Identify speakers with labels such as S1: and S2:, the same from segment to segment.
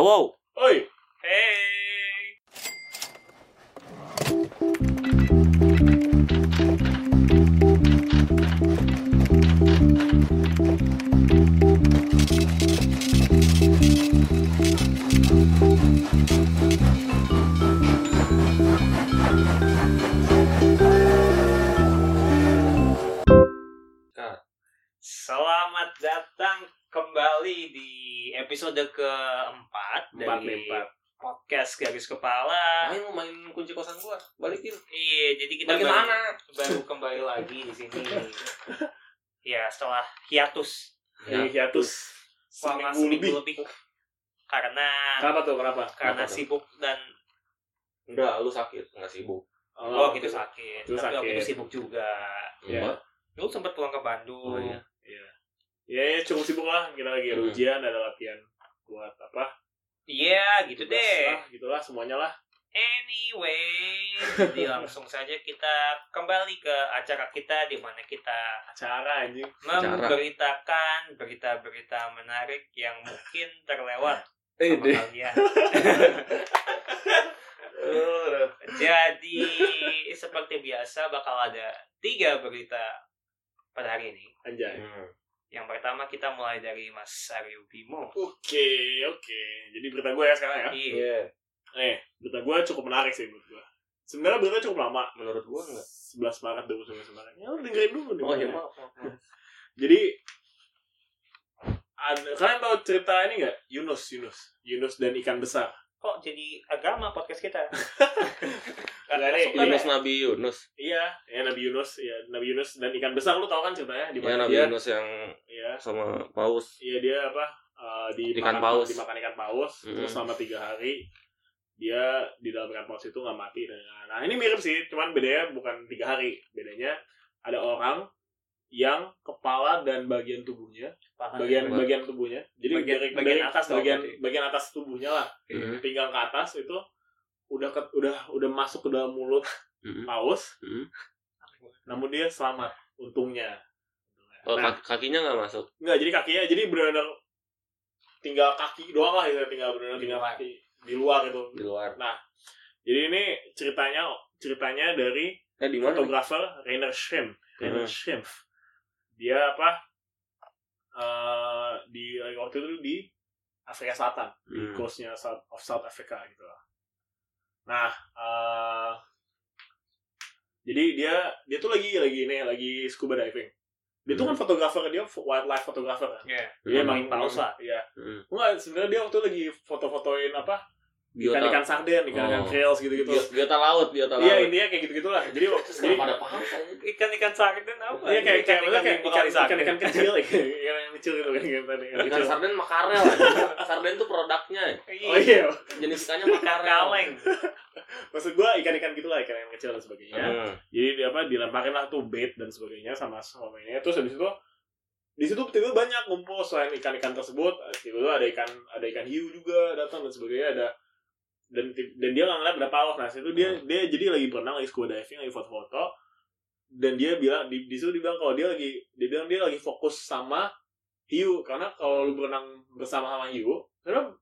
S1: Wow.
S2: Oi,
S1: Hey. Selamat datang kembali di episode keempat
S2: empat
S1: dari
S2: empat.
S1: podcast garis
S3: Ah.
S1: kepala.
S2: Main mau main kunci kosan gua, balikin.
S1: Iya, jadi kita
S2: Balikin
S1: baru,
S2: mana?
S1: baru kembali lagi di sini. ya, setelah hiatus
S2: Dari hiatus.
S1: selama
S2: Seminggu
S1: seminggu lebih. Karena
S3: Kenapa tuh? Kenapa?
S1: karena
S2: tuh?
S1: sibuk dan
S2: Enggak, lu sakit, enggak sibuk.
S1: oh, gitu sakit.
S3: Lu
S1: Tapi waktu
S3: sakit.
S1: itu sibuk juga.
S3: Iya.
S2: Mbak,
S1: Lu sempat pulang ke
S2: Oh,
S1: Bandung.
S2: iya.
S3: Ya, ya, cukup sibuk lah. Kita lagi ada
S2: Hmm.
S3: ujian, ada latihan buat apa?
S1: Iya, gitu
S3: tugas ah.
S1: deh.
S3: Lah, gitulah semuanya lah.
S1: Anyway, jadi langsung saja kita kembali ke acara kita di mana kita
S3: Acara anjing.
S1: memberitakan berita-berita menarik yang mungkin terlewat
S2: Eh,
S1: sama kalian. Jadi seperti biasa bakal ada tiga berita pada hari ini.
S3: Anjay.
S1: Yang pertama kita mulai dari Mas Aryo Bimo.
S3: Oke, oke. Jadi berita gue ya sekarang ya.
S1: Iya.
S2: Iya,
S3: Eh, berita gue cukup menarik sih menurut gue. Sebenarnya berita cukup lama.
S2: menurut gua enggak.
S3: 11 Maret 2019. Ya, lu dengerin dulu nih.
S2: Oh, iya,
S3: Ya.
S2: maaf. maaf, maaf.
S3: Jadi ada, kalian tahu cerita ini nggak? Yunus, Yunus, Yunus dan ikan besar.
S1: Kok jadi agama podcast kita?
S3: Nggak ada
S1: Masuk kan
S2: Yunus
S1: ya?
S2: Nabi Yunus.
S3: Iya, ya Nabi Yunus, ya Nabi Yunus dan ikan besar lu tahu kan ceritanya di
S2: Ya
S3: mana
S2: Nabi
S3: dia?
S2: Yunus yang
S3: Iya,
S2: sama paus.
S3: Iya dia apa? eh, dimakan,
S2: Ikan paus.
S3: Dimakan ikan paus.
S2: Mm.
S3: Terus selama tiga hari dia di dalam ikan paus itu nggak mati. Nah ini mirip sih, cuman bedanya bukan tiga hari. Bedanya ada orang yang kepala dan bagian tubuhnya,
S1: Paham.
S3: bagian
S2: Apa?
S3: bagian tubuhnya. Jadi
S1: Ah, Bagian-
S3: dari,
S1: bagian
S3: dari
S1: atas dong
S3: bagian
S1: berarti.
S3: bagian atas tubuhnya lah,
S2: Heeh.
S3: pinggang ke atas itu udah ke- udah udah masuk ke dalam mulut
S2: hmm,
S3: paus,
S2: Heeh.
S3: namun dia selamat untungnya.
S2: Oh,
S3: Nah,
S2: kak- kakinya enggak masuk.
S3: Enggak, jadi kakinya jadi benar-benar tinggal kaki doang lah gitu, tinggal benar-benar
S1: Di
S3: tinggal
S2: Iya.
S1: luar.
S3: kaki di luar gitu.
S2: Di luar.
S3: Jadi ini ceritanya ceritanya dari
S2: Eh, di mana?
S3: fotografer Rainer Schrempf. Rainer
S2: Hmm.
S3: Schrempf. Dia apa? eh, di waktu itu di Afrika Selatan,
S2: Hmm.
S3: coastnya South, of South Africa gitu lah. Nah, eh, jadi dia dia tuh lagi lagi ini lagi scuba diving. Dia tuh kan fotografer dia wildlife fotografer kan.
S1: Iya.
S3: Dia
S2: Hmm.
S3: emang paus lah. Iya.
S2: Hmm.
S3: Enggak, sebenarnya dia waktu itu lagi foto-fotoin apa?
S2: Biota
S3: Ikan-ikan sarden,
S2: Iya,
S3: ikan-ikan
S2: Oh.
S3: kales gitu-gitu.
S2: Bi- biota laut, biota laut.
S3: gitu. Iya, intinya kayak gitu-gitulah. Jadi waktu jadi
S2: Kenapa ada paus aja?
S1: Ikan-ikan sarden apa?
S3: Iya kayak kayak
S1: ikan-ikan
S3: kayak
S1: bekal
S3: ikan-
S1: sarden.
S3: ikan-ikan kecil, ikan-ikan kecil gitu kan ikan tadi. ikan
S2: Ikan
S3: kecil.
S2: sarden makarel. sarden tuh produknya.
S1: Iya.
S3: Oh iya,
S2: Jenis ikannya
S1: Ikan
S2: makarel.
S1: kaleng.
S3: maksud gua ikan-ikan gitulah, ikan-ikan kecil dan sebagainya.
S2: Heeh.
S3: Jadi dia apa dilemparin lah tuh bait dan sebagainya sama suaminya. Terus habis itu di situ tiba-tiba banyak ngumpul selain ikan-ikan tersebut, tiba-tiba ada ikan ada ikan hiu juga datang dan sebagainya ada dan ti- dan dia nggak ngeliat ada paus nah situ dia dia jadi lagi berenang lagi scuba diving lagi foto-foto dan dia bilang di, di situ dia bilang kalau dia lagi dia bilang dia lagi fokus sama hiu karena kalau lu berenang bersama sama hiu karena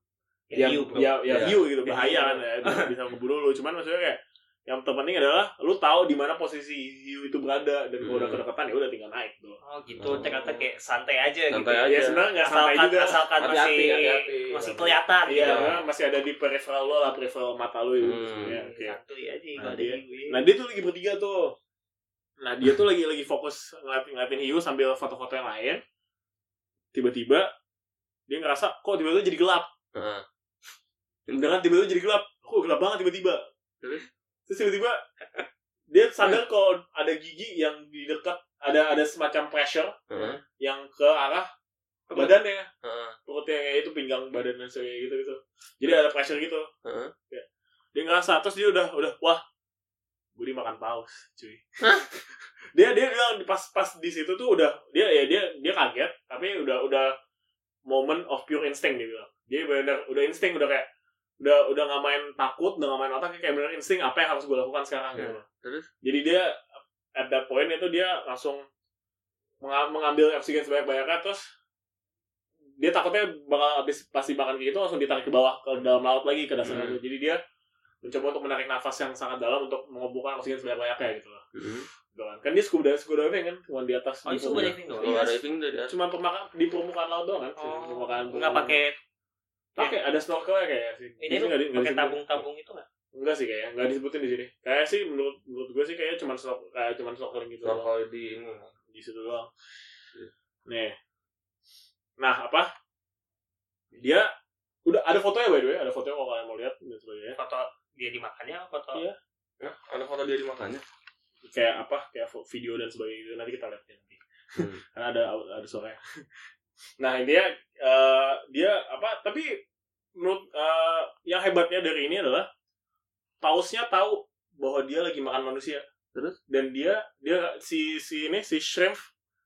S3: ya,
S1: Hiu, bro.
S3: ya, ya,
S2: Ya.
S3: hiu gitu bahaya
S1: Ya, hiu.
S3: kan ya, bisa, bisa keburu lu cuman maksudnya kayak yang terpenting adalah lu tahu di mana posisi hiu itu berada dan kalau udah
S2: Hmm.
S3: kedekatan ya udah tinggal naik tuh
S1: Oh gitu, ternyata kayak santai aja
S2: Santai
S1: gitu.
S2: aja.
S3: ya sebenarnya nggak sampai
S1: asalkan
S3: juga
S1: asalkan
S2: Hati-hati,
S1: masih
S2: hati-hati.
S1: masih kelihatan
S3: iya
S1: gitu.
S3: karena masih ada di peripheral lo lah peripheral mata lu itu
S2: Hmm.
S3: ya, oke.
S1: Santuy aja
S3: Nah,
S1: kalau ada
S3: dia-
S1: hiu ya.
S3: nah dia tuh lagi bertiga tuh nah dia tuh lagi lagi fokus ngeliatin ngeliatin hiu sambil foto-foto yang lain tiba-tiba dia ngerasa kok tiba-tiba jadi gelap
S2: Heeh.
S3: dengan tiba-tiba jadi gelap kok gelap banget tiba-tiba terus tiba-tiba dia sadar kalau ada gigi yang di dekat ada ada semacam pressure
S2: Heeh.
S3: yang ke arah
S2: Perut.
S3: badannya
S2: Heeh.
S3: perutnya kayak itu pinggang badan dan sebagainya gitu gitu jadi ada pressure gitu
S2: Heeh.
S3: Ya. dia ngerasa terus dia udah udah wah gue dimakan paus cuy dia dia bilang pas pas di situ tuh udah dia ya dia dia kaget tapi udah udah moment of pure instinct dia bilang dia benar udah insting udah kayak udah udah nggak main takut udah nggak main otak kayak bener insting apa yang harus gue lakukan sekarang
S2: Ya.
S3: gitu.
S2: Terus?
S3: jadi dia at that point itu dia langsung menga- mengambil oksigen sebanyak banyaknya terus dia takutnya bakal habis pasti makan kayak gitu langsung ditarik ke bawah ke dalam laut lagi ke dasar
S2: Hmm.
S3: laut. Jadi dia mencoba untuk menarik nafas yang sangat dalam untuk mengumpulkan oksigen sebanyak-banyaknya gitu loh. Gitu kan. Kan dia scuba diving, scuba diving kan cuma di atas.
S1: Oh,
S3: di
S1: itu scuba
S3: bumi.
S1: diving doang.
S2: Kalau diving tuh dia.
S3: Cuma permukaan di permukaan laut doang kan.
S1: Oh,
S3: permukaan.
S1: nggak pakai
S3: Pakai ada snorkelnya kayak sih.
S1: ini
S3: Di sini
S1: lu
S3: nggak di- nggak
S1: pakai
S3: disebutin.
S1: tabung-tabung itu nggak?
S3: Enggak sih kayaknya, enggak disebutin di sini. Kayak sih menurut menurut gue sih kayaknya cuma snork, kayak cuma snorkeling
S2: Iya.
S3: gitu doang.
S2: Kalau di ini.
S3: di situ doang. Nih. Nah, apa? Dia udah ada fotonya by the way, ada fotonya kalau kalian mau lihat dan sebagainya.
S1: Foto dia dimakannya apa foto?
S3: Iya.
S2: Ya, ada foto dia dimakannya.
S3: Kayak apa? Kayak fo- video dan sebagainya gitu. Nanti kita lihat ya, nanti.
S2: Hmm.
S3: Karena ada ada suaranya. nah, intinya eh, dia apa? Tapi menurut eh, yang hebatnya dari ini adalah pausnya tahu bahwa dia lagi makan manusia.
S2: Terus?
S3: dan dia dia si si ini si shrimp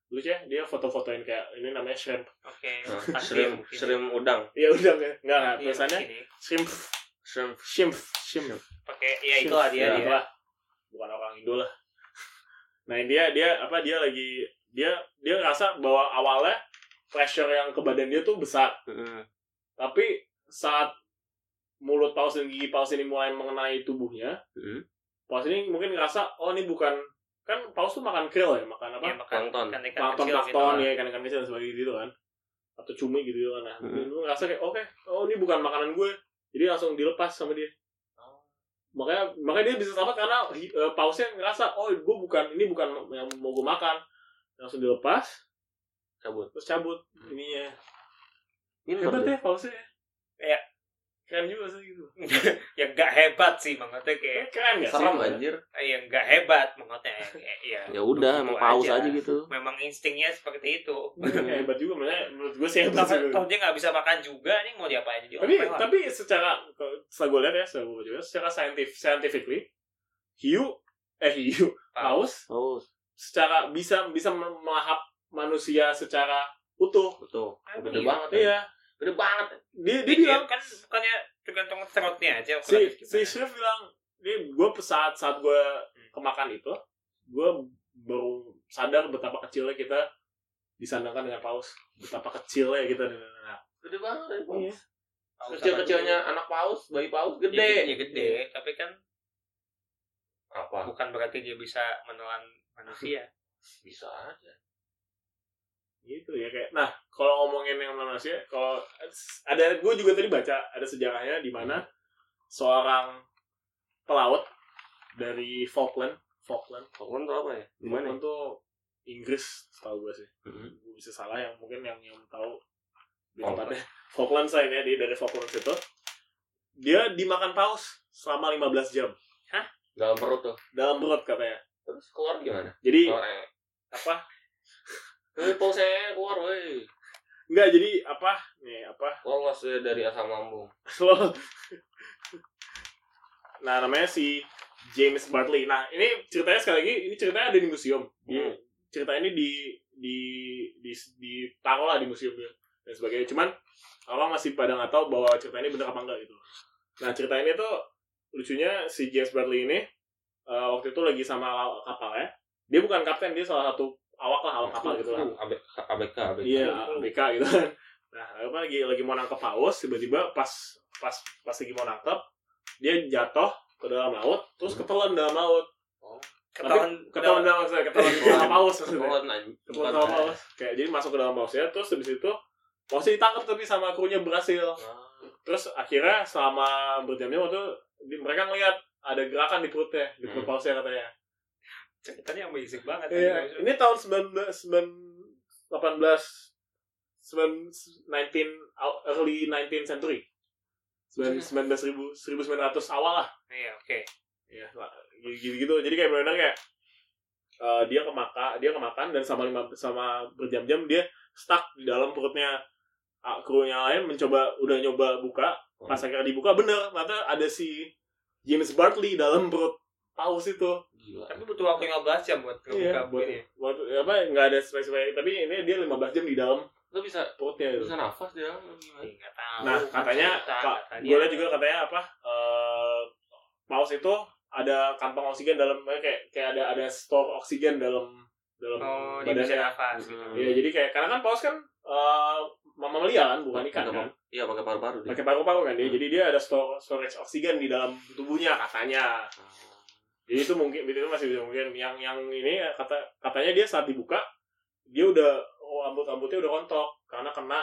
S3: lucu ya dia foto-fotoin kayak ini namanya shrimp
S1: Oke.
S2: Nah,
S1: Tasbih
S2: shrimp,
S1: mungkin.
S2: shrimp udang,
S3: ya udah nggak nggak
S1: Iya,
S3: tulisannya
S1: ini.
S3: shrimp
S2: shrimp.
S3: shrimp shrimp
S1: Pakai ya itu lah dia.
S3: ya,
S1: dia.
S3: lah. bukan orang Indo lah nah dia dia apa dia lagi dia dia ngerasa bahwa awalnya pressure yang ke badan dia tuh besar
S2: Heeh.
S3: tapi saat mulut paus dan gigi paus ini mulai mengenai tubuhnya
S2: Heeh.
S3: paus ini mungkin ngerasa oh ini bukan kan paus tuh makan krill ya makan apa
S1: Dia Iya, makan
S2: Plankton.
S1: ikan-ikan
S3: plankton
S1: kecil gitu
S3: plankton
S1: lah.
S3: ya ikan-ikan kecil dan sebagainya gitu kan atau cumi gitu kan nah
S2: Hmm.
S3: lu ngerasa kayak oke oh ini bukan makanan gue jadi langsung dilepas sama dia
S1: Oh.
S3: makanya makanya dia bisa selamat karena eh, pausnya ngerasa oh gue bukan ini bukan yang mau gue makan langsung dilepas
S2: Cabut.
S3: terus cabut
S1: Hmm.
S3: ininya
S2: Ini
S3: hebat deh pausnya ya.
S1: Iya.
S3: keren juga sih gitu
S1: ya nggak hebat sih maksudnya kayak
S3: keren gak sih
S2: Serem anjir.
S1: eh, ya nggak hebat maksudnya ya,
S3: iya.
S1: ya,
S2: Iya, Ya udah, emang
S1: begitu
S2: paus aja gitu.
S1: memang instingnya seperti itu
S3: Kayak hebat juga makanya menurut gue sih hebat
S1: kalau
S3: juga
S1: kalau dia nggak bisa makan juga nih mau diapain dia
S3: Iya, tapi
S1: opel lah.
S3: tapi secara setelah gue lihat ya setelah gue baca secara scientific scientifically hiu eh hiu
S1: Paus.
S3: paus
S2: Paus.
S3: secara bisa bisa melahap manusia secara utuh
S2: Betul.
S1: Emang
S2: Gede
S1: iya.
S2: banget.
S3: iya
S2: Gede banget.
S3: dia dia
S1: Dia
S3: bilang
S1: kan bukannya tergantung throatnya aja
S3: si
S1: ukurannya
S3: si
S1: gimana.
S3: chef bilang dia gue saat saat gue kemakan itu gue baru sadar betapa kecilnya kita disandangkan dengan paus betapa kecilnya kita dengan anak
S2: Gede banget. ya, paus.
S3: Iya.
S1: Paus
S2: Kecil-kecilnya Iya, anak paus, bayi paus
S1: apa? Dia gede
S2: gede.
S1: gede tapi kan
S2: Apa?
S1: bukan berarti dia bisa menelan manusia
S2: Bisa aja.
S3: gitu ya kayak nah kalau ngomongin yang manusia kalau ada gue juga tadi baca ada sejarahnya di mana seorang pelaut dari Falkland Falkland
S2: Pokoknya tuh apa ya? Gimana?
S3: Gimana? Itu Inggris tahu gue sih.
S2: ya?
S3: Gue bisa salah yang mungkin yang yang tahu di
S2: Falkland.
S3: tempatnya. Falkland saya ya, dia dari Falkland itu. Dia dimakan paus selama 15 jam
S2: Dalam perut tuh.
S3: dalam perut katanya.
S2: Terus keluar gimana?
S3: Jadi
S2: Keluar eh.
S3: apa?
S2: Eh, pausnya keluar, woi.
S3: Enggak, jadi apa? Nih, apa?
S2: Lolos ya dari asam lambung.
S3: Lo- nah, namanya si James Bartley. Nah, ini ceritanya sekali lagi, ini ceritanya ada di museum.
S2: Hmm.
S3: Cerita ini di di di ditaruh lah di museum ya, dan sebagainya. Cuman orang masih pada nggak tahu bahwa cerita ini bener apa enggak gitu. Nah, cerita ini tuh lucunya si James Bartley ini eh, waktu itu lagi sama law- kapal ya. Dia bukan kapten, dia salah satu awak lah, awak kapal gitu lah.
S2: Uh, AB- ABK, ABK.
S3: Iya, BK gitu kan. Nah, apa lagi lagi mau nangkep paus, tiba-tiba pas pas pas lagi mau nangkep, dia jatuh ke dalam laut, terus ketelan dalam laut.
S1: ketahuan
S3: Ketelan dalam laut, saya ketelan sama paus maksudnya.
S2: Keluar anjing.
S3: Oh, Ketelan sama paus. Kayak jadi masuk ke dalam pausnya, terus habis itu pausnya ditangkap tapi sama krunya berhasil. Terus akhirnya selama berjam-jam waktu di- mereka ngeliat ada gerakan di perutnya, di perut
S2: Hmm.
S3: pausnya katanya.
S1: ceritanya amazing banget
S3: Iya, ini tahun 19 18 19 early 19th century. 19 1900 1900 awal lah.
S1: iya oke
S3: Iya, gitu-gitu. Jadi kayak benar kayak eh, dia kemaka, dia kemakan dan sama lima sama berjam-jam dia stuck di dalam perutnya ah, krunya lain mencoba udah nyoba buka, pas akhirnya dibuka bener, ternyata ada si James Bartley dalam perut paus itu.
S2: Gila.
S1: tapi butuh waktu 15 jam buat ngebuka
S3: Iya, buat
S1: buat ini
S3: waktu apa nggak ada spesifik tapi ini dia 15 jam di dalam
S2: Lu bisa
S3: perutnya gitu.
S2: bisa nafas di dalam gimana?
S1: nggak tahu
S3: Nah, katanya
S1: Cerita,
S3: Kak,
S1: katanya.
S3: gue liat juga katanya apa? eh paus itu ada kantong oksigen dalam eh, kayak kayak ada ada store oksigen dalam dalam
S1: oh dia bisa
S3: badannya.
S1: nafas
S2: Hmm.
S3: Iya, jadi kayak karena kan paus kan eh, mamalia kan bukan ikan
S2: Pakai
S3: kan
S2: paru- Iya pakai paru-paru dia.
S3: pakai paru-paru kan dia
S2: Hmm.
S3: jadi dia ada store storage oksigen di dalam tubuhnya katanya jadi itu mungkin itu masih bisa mungkin yang yang ini ya, kata katanya dia saat dibuka dia udah oh, ambut-ambutnya udah rontok karena kena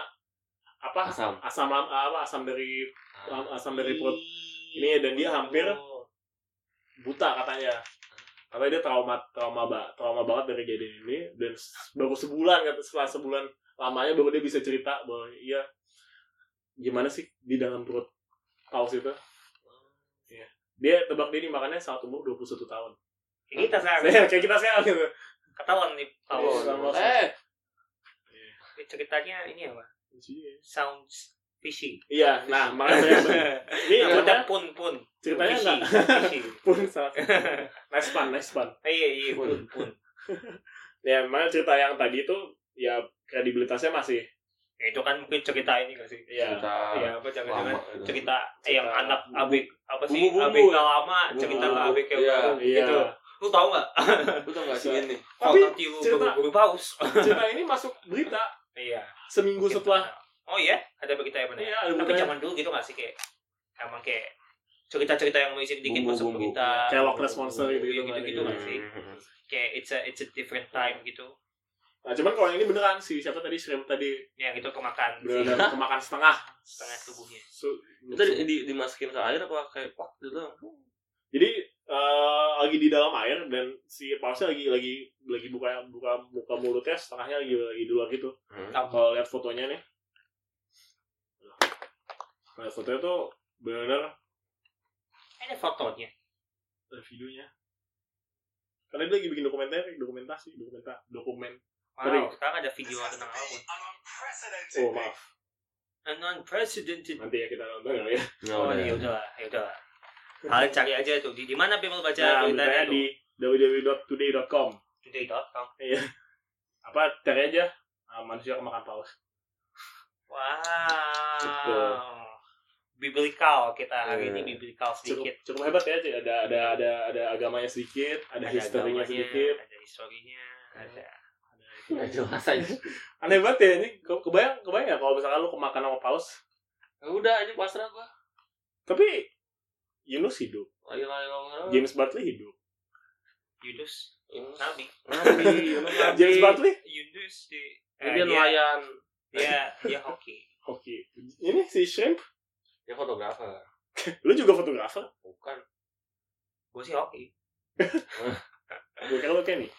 S2: Ah,
S3: apa
S2: Asam.
S3: asam lam- apa asam dari lam- asam dari perut Ini, dan dia hampir-
S1: Oh,
S3: buta katanya karena dia trauma trauma ba- trauma banget dari kejadian ini dan s- baru sebulan kata setelah sebulan lamanya baru dia bisa cerita bahwa iya gimana sih di dalam perut paus itu Iya. dia tebak dia dimakannya saat umur 21 tahun
S1: Kayak kita sekarang
S3: Saya- kayak kita sekarang gitu
S1: ketahuan nih
S3: Iya,
S1: Paul.
S3: sama-
S2: Eh,
S1: Ceritanya ini apa? Sounds fishy.
S3: iya nah makanya saya- ini
S1: Iya,
S3: apa
S1: bukan pun pun.
S3: ceritanya
S1: Fishy,
S3: enggak
S1: fishy.
S3: pun gitu." salah nice fun nice fun
S1: Eh, Iya iya pun pun.
S3: ya makanya cerita yang tadi itu ya kredibilitasnya masih
S1: Ya, Itu kan mungkin cerita ini gak sih?
S3: ya
S2: cerita
S1: Iya, apa jangan-jangan
S2: lama gitu.
S1: cerita, eh, yang
S3: Cerita
S1: anak abk apa sih
S2: Bumbu-bumbu
S1: abk
S2: ya?
S1: lama cerita ke
S2: Bumbu-bumbu.
S1: abk yang
S2: Iya,
S1: baru
S3: iya.
S1: gitu lu tau gak
S2: Lu tau gak sih
S3: Bisa.
S2: ini?
S3: Tapi
S1: kontak tiru
S3: cerita-
S1: guru-guru paus
S3: cerita ini masuk berita
S1: iya
S3: seminggu
S1: Mungkin
S3: setelah
S1: ada. oh iya ada begitu ya benar
S3: iya ada
S1: tapi
S3: beritanya.
S1: zaman dulu gitu gak sih kayak emang kayak cerita-cerita yang misi dikit masuk
S2: Bumbu-bumbu.
S1: berita
S3: kayak Loch Ness Monster gitu
S1: Iya,
S3: gitu,
S1: gitu-gitu
S3: kan,
S1: nggak sih? kayak it's a it's a different time gitu
S3: nah cuman kalau yang ini beneran sih siapa tadi shrimp tadi
S1: yang itu Ya, gitu, kemakan sih
S3: beneran kemakan Iya. setengah
S1: setengah tubuhnya
S3: Su-
S2: Itu di, di- dimasukin ke air apa kayak pak gitu?
S3: jadi eh, lagi di dalam air dan si pausnya lagi lagi lagi buka buka buka mulutnya setengahnya lagi lagi di luar gitu
S2: Hmm.
S3: kalau lihat fotonya nih Kalau lihat fotonya tuh bener
S1: ada fotonya
S3: eh, videonya karena dia lagi bikin dokumenter dokumentasi dokumenta dokumen
S1: wow
S3: Kering.
S1: sekarang ada video tentang apapun
S3: oh maaf
S1: an unprecedented
S3: nanti ya kita nonton kali ya
S1: Oh, ya udahlah, ya udahlah. Kalian cari aja tuh di, di mana Bimel baca
S3: nah
S1: beritanya
S3: beritanya di www.today.com
S1: tuh? today.com.
S3: apa cari aja ah, manusia kemakan paus Betul.
S1: Wow. Biblical kita hari
S2: Iya.
S1: ini biblical
S3: cukup
S1: sedikit.
S3: cukup hebat ya cuy. ada ada ada ada agamanya sedikit ada, historinya
S1: agamanya,
S3: sedikit
S1: Ada historinya, ada.
S2: Gak jelas aja.
S3: aneh banget ya ini Ke- kebayang kebayang ya kalau misalkan lu kemakan sama paus
S2: Ya udah ini pasrah gua.
S3: tapi Yunus hidup
S2: Lagi lagi ngomong.
S3: James Bartley hidup
S1: Yunus,
S2: Ini.
S1: Nabi.
S2: Nabi.
S3: James Bartley
S1: Yunus di eh,
S3: Iya.
S2: Dia nelayan.
S1: dia, dia hoki.
S3: oke ini si shrimp
S2: Dia fotografer.
S3: lu juga fotografer
S2: Bukan.
S1: Gue sih hoki.
S3: gue kira lu kayak nih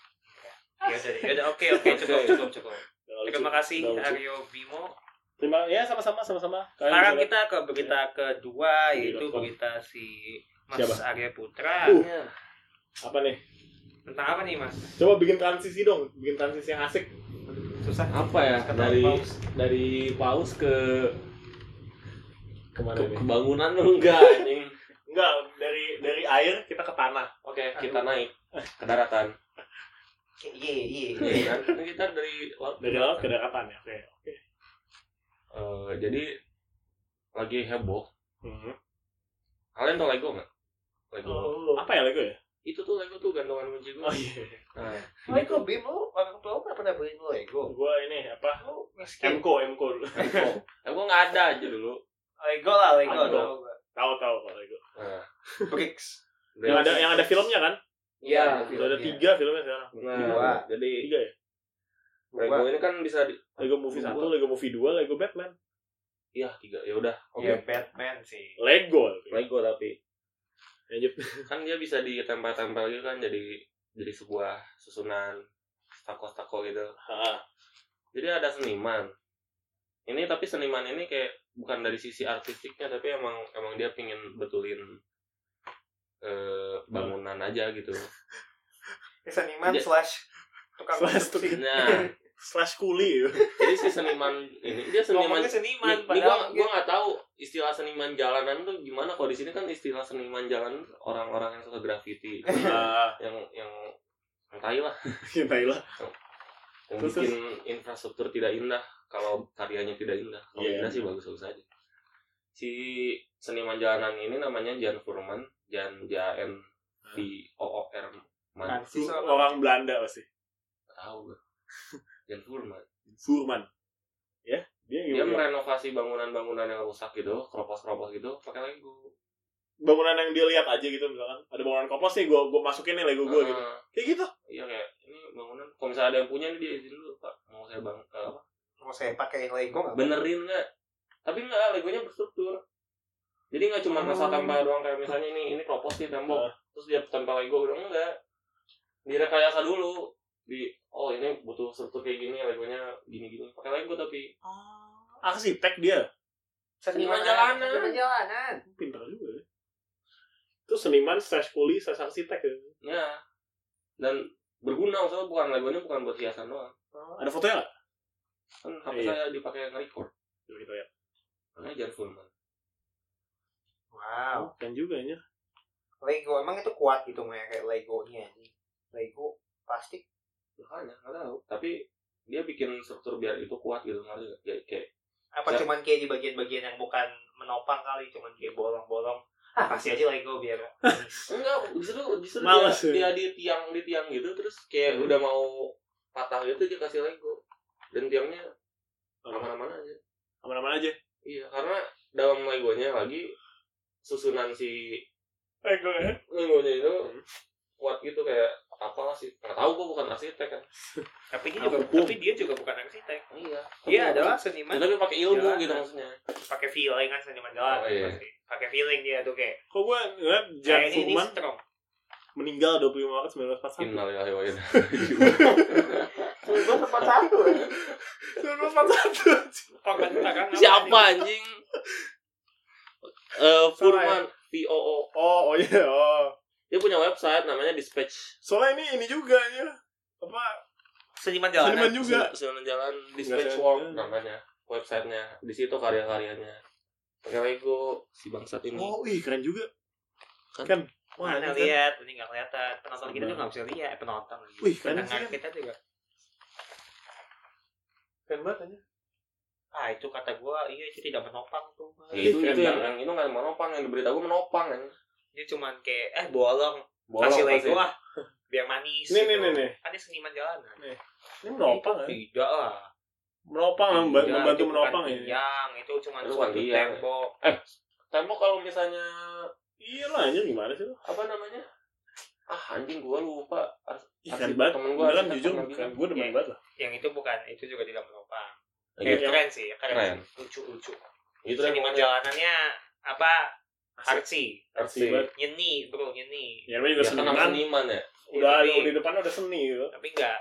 S1: Ya udah, ya udah. Oke, oke, cukup,
S2: Oke.
S1: cukup, cukup.
S3: Udah lucu.
S1: Terima kasih
S3: Udah lucu.
S1: Aryo Bimo.
S3: terima ya sama-sama sama-sama Kalian
S1: Sekarang
S3: bisa-
S1: kita ke berita kedua yaitu
S3: Dot com.
S1: berita si Mas
S3: Siapa?
S1: Arya Putra.
S3: Uh.
S2: Iya.
S3: apa nih
S1: Tentang apa nih Mas?
S3: coba bikin transisi dong bikin transisi yang asik
S1: Susah.
S2: Apa ya?
S1: Kata
S2: Dari
S1: Paus.
S2: dari paus ke
S3: kemana
S2: ke
S3: nih
S2: kebangunan lu enggak anjing.
S3: enggak dari dari air kita ke tanah
S2: Oke, kita naik ke daratan.
S1: Iya, iya, iya.
S2: Iya kan? Ini Kita dari laut
S3: dari laut ke daratan ya oke oke
S2: Eh, jadi lagi heboh.
S3: Hmm.
S2: Kalian tau Lego nggak? Lego.
S1: Oh.
S3: apa ya Lego ya
S2: Itu tuh Lego tuh gantungan kunci gue.
S3: oh iya
S2: Nah,
S1: Lego Bim, lu orang tua lu gak pernah beliin lu Lego.
S3: gue ini apa
S1: Lu miskin.
S3: Emco Emco
S2: Lego. Lego nggak ada aja dulu.
S1: Lego oh, lah, Lego.
S3: Lego.
S1: tau gua.
S3: tahu tahu kok Lego
S2: Nah,
S1: Bricks.
S3: yang ada yang ada filmnya kan
S2: Iya.
S3: udah ada tiga filmnya sekarang
S1: Dua.
S2: Nah, jadi
S3: tiga ya
S2: Lego ini kan bisa di
S3: Lego movie
S2: Dua.
S3: satu Lego movie dua Lego Batman
S2: Iya, tiga. Ya udah.
S1: Ya
S2: Oke.
S1: Batman sih.
S3: Lego
S2: Lego tapi
S3: lanjut
S2: kan dia bisa ditempel-tempel gitu kan jadi jadi sebuah susunan stako-stako gitu.
S3: Ah,
S2: Jadi ada seniman. Ini tapi seniman ini kayak bukan dari sisi artistiknya tapi emang emang dia pingin betulin eh, bangunan aja gitu.
S1: Seniman
S2: Ya.
S1: slash tukang
S3: Slash
S1: konstruksi.
S2: Nah,
S3: slash kuli
S2: jadi si seniman ini dia seniman.
S1: Ngomongnya seniman, Iya,
S2: Ini- ini gua
S1: padahal
S2: gua nggak tahu istilah seniman jalanan tuh gimana kalau di sini kan istilah seniman jalanan tuh orang-orang yang suka graffiti
S3: ah
S2: yang yang yang tai lah
S3: cintai lah
S2: yang
S3: Terus,
S2: bikin infrastruktur tidak indah kalau karyanya tidak indah kalau
S3: Iya.
S2: indah sih bagus-bagus aja si seniman jalanan ini namanya Jan Furman Jan J A N V O O R
S3: Nah.
S2: Man
S1: Nanti sama-
S3: orang Belanda pasti
S2: tahu gua Jan Furman
S3: Furman ya dia
S2: dia
S3: gimana?
S2: merenovasi bangunan-bangunan yang rusak gitu keropos-keropos gitu pakai Lego
S3: bangunan yang dia lihat aja gitu misalkan ada bangunan kopos nih gue gue masukin nih lego gue gitu
S2: Ah,
S3: kayak gitu
S2: iya kayak ini bangunan kalau misalnya ada yang punya ini dia izin dulu pak mau saya bang eh, apa
S1: Mau saya pakai Lego nggak?
S2: benerin nggak tapi nggak legonya berstruktur jadi nggak cuma masa
S3: Oh.
S2: tempel doang kayak misalnya ini ini keropos di tembok
S3: Ah.
S2: terus dia tempel lego udah enggak direkayasa dulu di oh ini butuh struktur kayak gini legonya gini gini pakai lego tapi
S3: arsitek dia
S2: Seniman jalanan.
S1: Seniman jalanan.
S3: pintar juga ya. itu seniman slash kuli slash arsitek ya.
S2: ya dan berguna maksudnya bukan legonya bukan buat hiasan doang
S3: ada fotonya nggak
S2: kan HP
S3: Iya.
S2: saya dipakai nge-record
S3: Coba kita lihat
S2: karena jangan full man
S1: Wow.
S3: kan juga ya
S1: Lego emang itu kuat gitu kayak Legonya anjing. Lego plastik.
S2: makanya nggak tahu tapi dia bikin struktur biar itu kuat gitu ngerti nggak? kayak kayak
S1: Apa
S2: Ya.
S1: cuman kayak di bagian-bagian yang bukan menopang kali, cuman kayak bolong-bolong. Ah, kasih aja Lego biar.
S2: enggak justru justru
S3: Males,
S2: dia, dia
S3: ya.
S2: di tiang di tiang gitu terus kayak
S3: Hmm.
S2: udah mau patah gitu dia kasih lego dan tiangnya
S3: aman
S2: aman-aman aja
S3: aman aja
S2: iya karena dalam legonya lagi susunan si
S3: lego
S2: eh.
S3: ya
S2: legonya itu
S3: Hmm.
S2: kuat gitu kayak apalah sih nggak tahu gua bukan arsitek kan
S1: tapi dia
S3: juga-
S1: juga
S3: tapi
S1: tapi dia juga bukan arsitek.
S2: iya
S1: Dia adalah
S2: Ya,
S1: seniman
S2: tapi pakai ilmu
S1: Jalanan.
S2: gitu maksudnya
S1: pakai feeling kan seniman jalanan.
S2: Oh, iya.
S1: pasti. Pakai feeling dia tuh kayak
S3: kok gue ngeliat Jan
S1: kayaknya ini
S3: Furman
S1: strong.
S3: meninggal 25 Maret 1941
S2: Innalillahi wa inna
S1: Gue sempat satu. ya?
S3: 1941
S1: Korban kebakaran apa
S2: Siapa
S1: nih?
S2: anjing? Eh Furman V O O.
S3: oh oh iya oh
S2: Dia punya website namanya Dispatch.
S3: soalnya ini ini juga ya apa
S1: Seniman jalanan.
S3: seniman juga
S2: Sunan ya. Jalan Dispatch
S3: Nggak
S2: World
S3: jalan.
S2: namanya. Websitenya di situ karya-karyanya. Pakai Lego si bangsat ini.
S3: oh ih keren juga
S2: Kan.
S3: kan wah
S1: Mana
S3: ini kan
S1: lihat, ini nggak kelihatan. Penonton kita tuh nggak bisa lihat, eh, penonton. lagi.
S3: Wih, keren
S1: pendengar
S3: sih, kan?
S1: kita juga.
S3: keren banget aja
S1: Ah, itu kata gua, iya itu tidak menopang tuh. Mas.
S2: Ya, itu itu
S3: Ih, keren
S2: yang, yang itu nggak menopang yang diberitahu gue menopang kan.
S1: Dia cuman kayak eh bolong,
S2: Bolong
S1: kasih
S2: pasti.
S1: Lego ah. Biar manis. gitu.
S3: Nih, nih, nih, nih.
S1: Kan dia seniman jalanan.
S3: ini menopang ya
S1: Tidak lah.
S3: menopang lah, memba-
S1: Tidak,
S3: membantu
S1: iya, itu bukan iya.
S3: menopang ya
S1: tiang, itu cuman
S2: Itu bukan
S1: suatu
S2: tiang.
S1: tembok.
S2: Tembok kalau misalnya
S3: iya lah anjir gimana sih lo
S2: apa namanya? Ah anjing gua lupa. Ars-
S3: ih keren
S2: Asli,
S3: banget
S2: temen gua
S3: beneran
S2: asli,
S3: jujur
S2: temen
S3: keren
S2: gua.
S3: gue demen
S1: Iya.
S3: banget lah
S1: Yang itu bukan, itu juga tidak menopang.
S2: Iya.
S1: Eh, keren sih,
S2: Keren.
S1: keren. Lucu-lucu.
S2: Itu yang
S1: Seniman jalanannya apa?
S3: Asik.
S1: Artsy.
S3: Asli
S2: Arsi.
S3: banget.
S1: Nyeni, bro, nyeni.
S3: ya namanya juga
S2: Ya, kan
S3: seniman
S2: nama seniman ya.
S3: udah
S1: Tapi-
S3: udah di depan udah seni gitu
S1: tapi nggak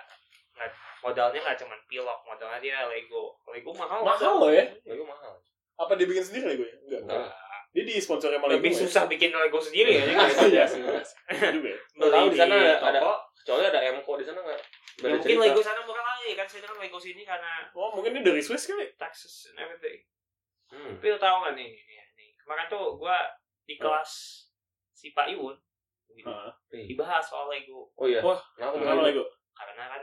S1: nggak- modalnya nggak cuman pilok modalnya dia Lego Lego mahal
S3: mahal loh ya
S2: Lego mahal. Nah,
S3: apa dia bikin sendiri Lego ya enggak
S2: Enggak.
S3: dia di sponsor sama Lego
S1: lebih
S3: ya?
S1: susah bikin Lego sendiri ya
S2: Iya,
S1: kan?
S3: iya sih juga ya.
S1: beli
S2: Tahu di
S1: di
S2: sana ada- ada-
S1: toko
S2: Kecuali ada Emco di sana nggak?
S1: ya
S2: Beda
S1: mungkin
S2: cerita.
S1: Lego sana murah kali kan sini kan Lego sini karena
S3: oh mungkin dia dari Swiss kali
S1: taxes and everything
S2: Hmm.
S1: tapi lo tau nggak nih, nih, nih, nih. kemarin tuh gua di kelas si Pak Iwun Iya. gitu,
S3: Heeh.
S1: dibahas soal Lego
S2: Oh iya.
S3: Wah,
S2: kenapa
S3: Ah, Kenapa
S2: Lego?
S3: Lego Ah,
S1: karena kan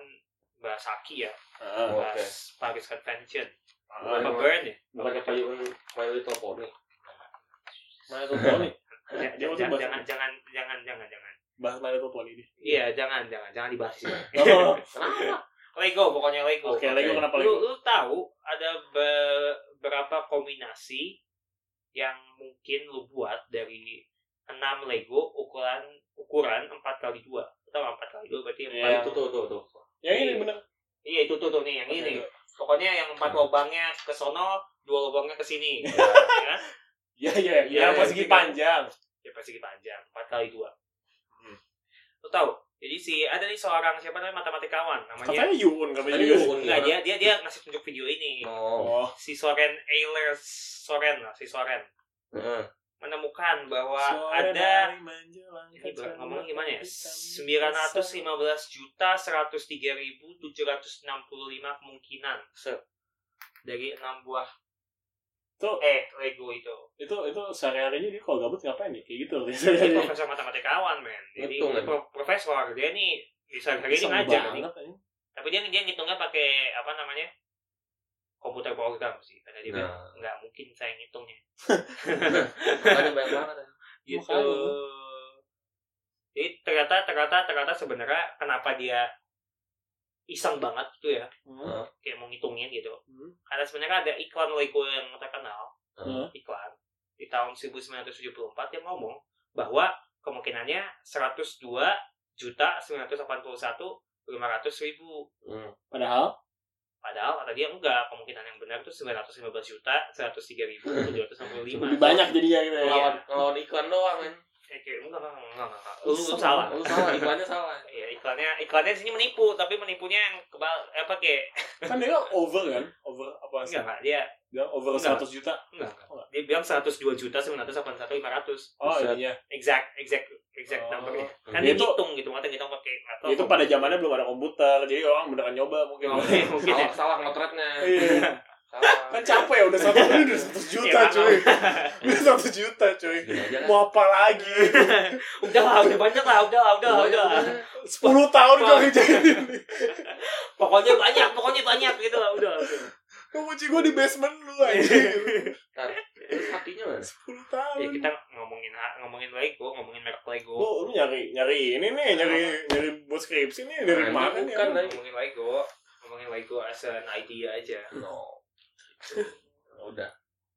S1: bahas Saki ya
S3: Heeh.
S2: Oh,
S1: bahas
S2: oke.
S1: Paris Convention
S3: Heeh.
S1: apa
S2: Lego.
S1: Bern ya
S2: Bukannya payung My Little Pony.
S3: My Little Pony
S1: J-
S3: Dia
S1: j-
S3: waktu
S1: jangan
S3: bahas-
S1: jangan jangan jangan jangan jangan
S3: bahas My Little Pony ini
S1: iya jangan jangan jangan dibahas di sini.
S3: oh
S2: Kenapa?
S1: Lego pokoknya Lego.
S3: oke Lego
S2: Oke.
S3: kenapa
S1: Lu,
S3: Lego
S1: lu tahu ada beberapa kombinasi yang mungkin lu buat dari 6 Lego ukuran ukuran 4 kali 2. Atau 4 kali 2 berarti yang
S2: Ah,
S3: Iya.
S1: paling
S2: itu tuh tuh tuh.
S3: yang ini bener
S1: Iya, itu tuh, tuh nih yang ini.
S3: Oke.
S1: Pokoknya yang 4 lubangnya ke sono, 2 lubangnya ke sini. ya kan?
S3: Iya, iya,
S2: Iya,
S3: iya,
S2: iya,
S3: pas segi
S1: iya.
S3: panjang.
S1: Ya pasti panjang, 4 kali 2.
S3: Hmm.
S1: Lu tahu? Jadi si ada nih seorang siapa namanya matematikawan namanya
S3: Katanya Yun, katanya
S2: Katanya
S3: Yun.
S2: Yoon.
S1: Enggak, dia dia dia ngasih tunjuk video ini.
S2: Oh.
S3: Iya. Oh,
S1: si Soren Eiler Soren lah si Soren
S2: Heeh.
S1: menemukan bahwa
S3: Suara
S1: ada
S3: dari manja langkah
S1: ini ber-
S3: jalan
S1: ngomongnya gimana ya
S3: kaki
S1: 915
S3: kami.
S1: juta 103.765 kemungkinan
S2: Set.
S1: dari enam buah
S3: Itu
S1: eh Lego itu
S3: itu itu sehari-harinya dia kalau gabut ngapain ya? Kayak gitu.
S1: dia profesor matematikawan men jadi
S2: Betul,
S1: dia
S2: kan?
S1: pro- profesor dia nih bisa hari ini
S3: Iseng
S1: ngajar nih.
S3: banget, anjing.
S1: tapi dia dia ngitungnya pakai apa namanya komputer program sih karena dia bilang,
S2: Nah,
S1: nggak mungkin saya ngitungnya
S2: makanya banyak banget. ya.
S1: gitu
S3: Makanya.
S1: jadi ternyata ternyata ternyata sebenarnya kenapa dia iseng banget gitu ya
S3: Hmm.
S1: kayak mau ngitungin gitu
S3: Hmm.
S1: karena sebenarnya ada iklan Lego yang terkenal
S3: Hmm.
S1: iklan di tahun 1974 yang ngomong bahwa kemungkinannya 102 juta 981 500 ribu
S2: Hmm.
S3: Padahal
S1: padahal kata dia enggak kemungkinan yang benar itu 915 juta 103 ribu 765
S3: lebih banyak jadi ya gitu ya.
S1: Iya.
S2: Ngelawan, ngelawan iklan doang kan.
S1: Eh, kayak, enggak enggak enggak enggak, enggak.
S3: Lu
S1: lu, lu salah
S2: Lu salah, iklannya salah.
S1: ya iklannya iklannya di sini menipu tapi menipunya yang kebal eh, apa kayak
S3: Kan dia over kan? Over apa sih?
S1: enggak enggak dia
S3: Dia over
S1: Enggak.
S3: 100 juta.
S1: enggak
S3: Oh, enggak.
S1: dia bilang 102 juta 981 500
S3: Oh,
S2: Buset.
S3: iya.
S1: exact exact exact
S3: Oh.
S1: numbernya kan dia
S3: Dia tuh-
S1: hitung gitu makanya hitung pakai atau
S3: Itu pada zamannya belum ada komputer, jadi orang beneran nyoba mungkin.
S1: mungkin mungkin ya.
S2: Salah, salah ngotretnya.
S3: Iya.
S2: Salah.
S3: Kan capek ya udah satu ini udah 100 juta,
S1: Iya,
S3: cuy. Udah 100 juta, cuy.
S2: Gini aja kan.
S3: Mau apa lagi?
S1: Iya. udah lah udah banyak lah udah lah udah lah
S2: Pokoknya
S1: udah lah.
S2: udah.
S3: 10 tahun
S1: Iya.
S3: gua ngerjain ini.
S1: pokoknya banyak pokoknya banyak gitu lah udah udah.
S3: Kunci gua di basement lu aja.
S2: Terus hatinya mana?
S3: 10 tahun.
S1: ya kita ngomongin ngomongin Lego ngomongin merek Lego
S3: Lu, lu nyari nyari ini nih, nyari nyari buat skripsi nih dari
S2: Nah,
S3: mana nih?
S2: bukan,
S3: orang?
S2: Nay.
S1: ngomongin Lego ngomongin Lego as an idea aja
S2: No. Udah.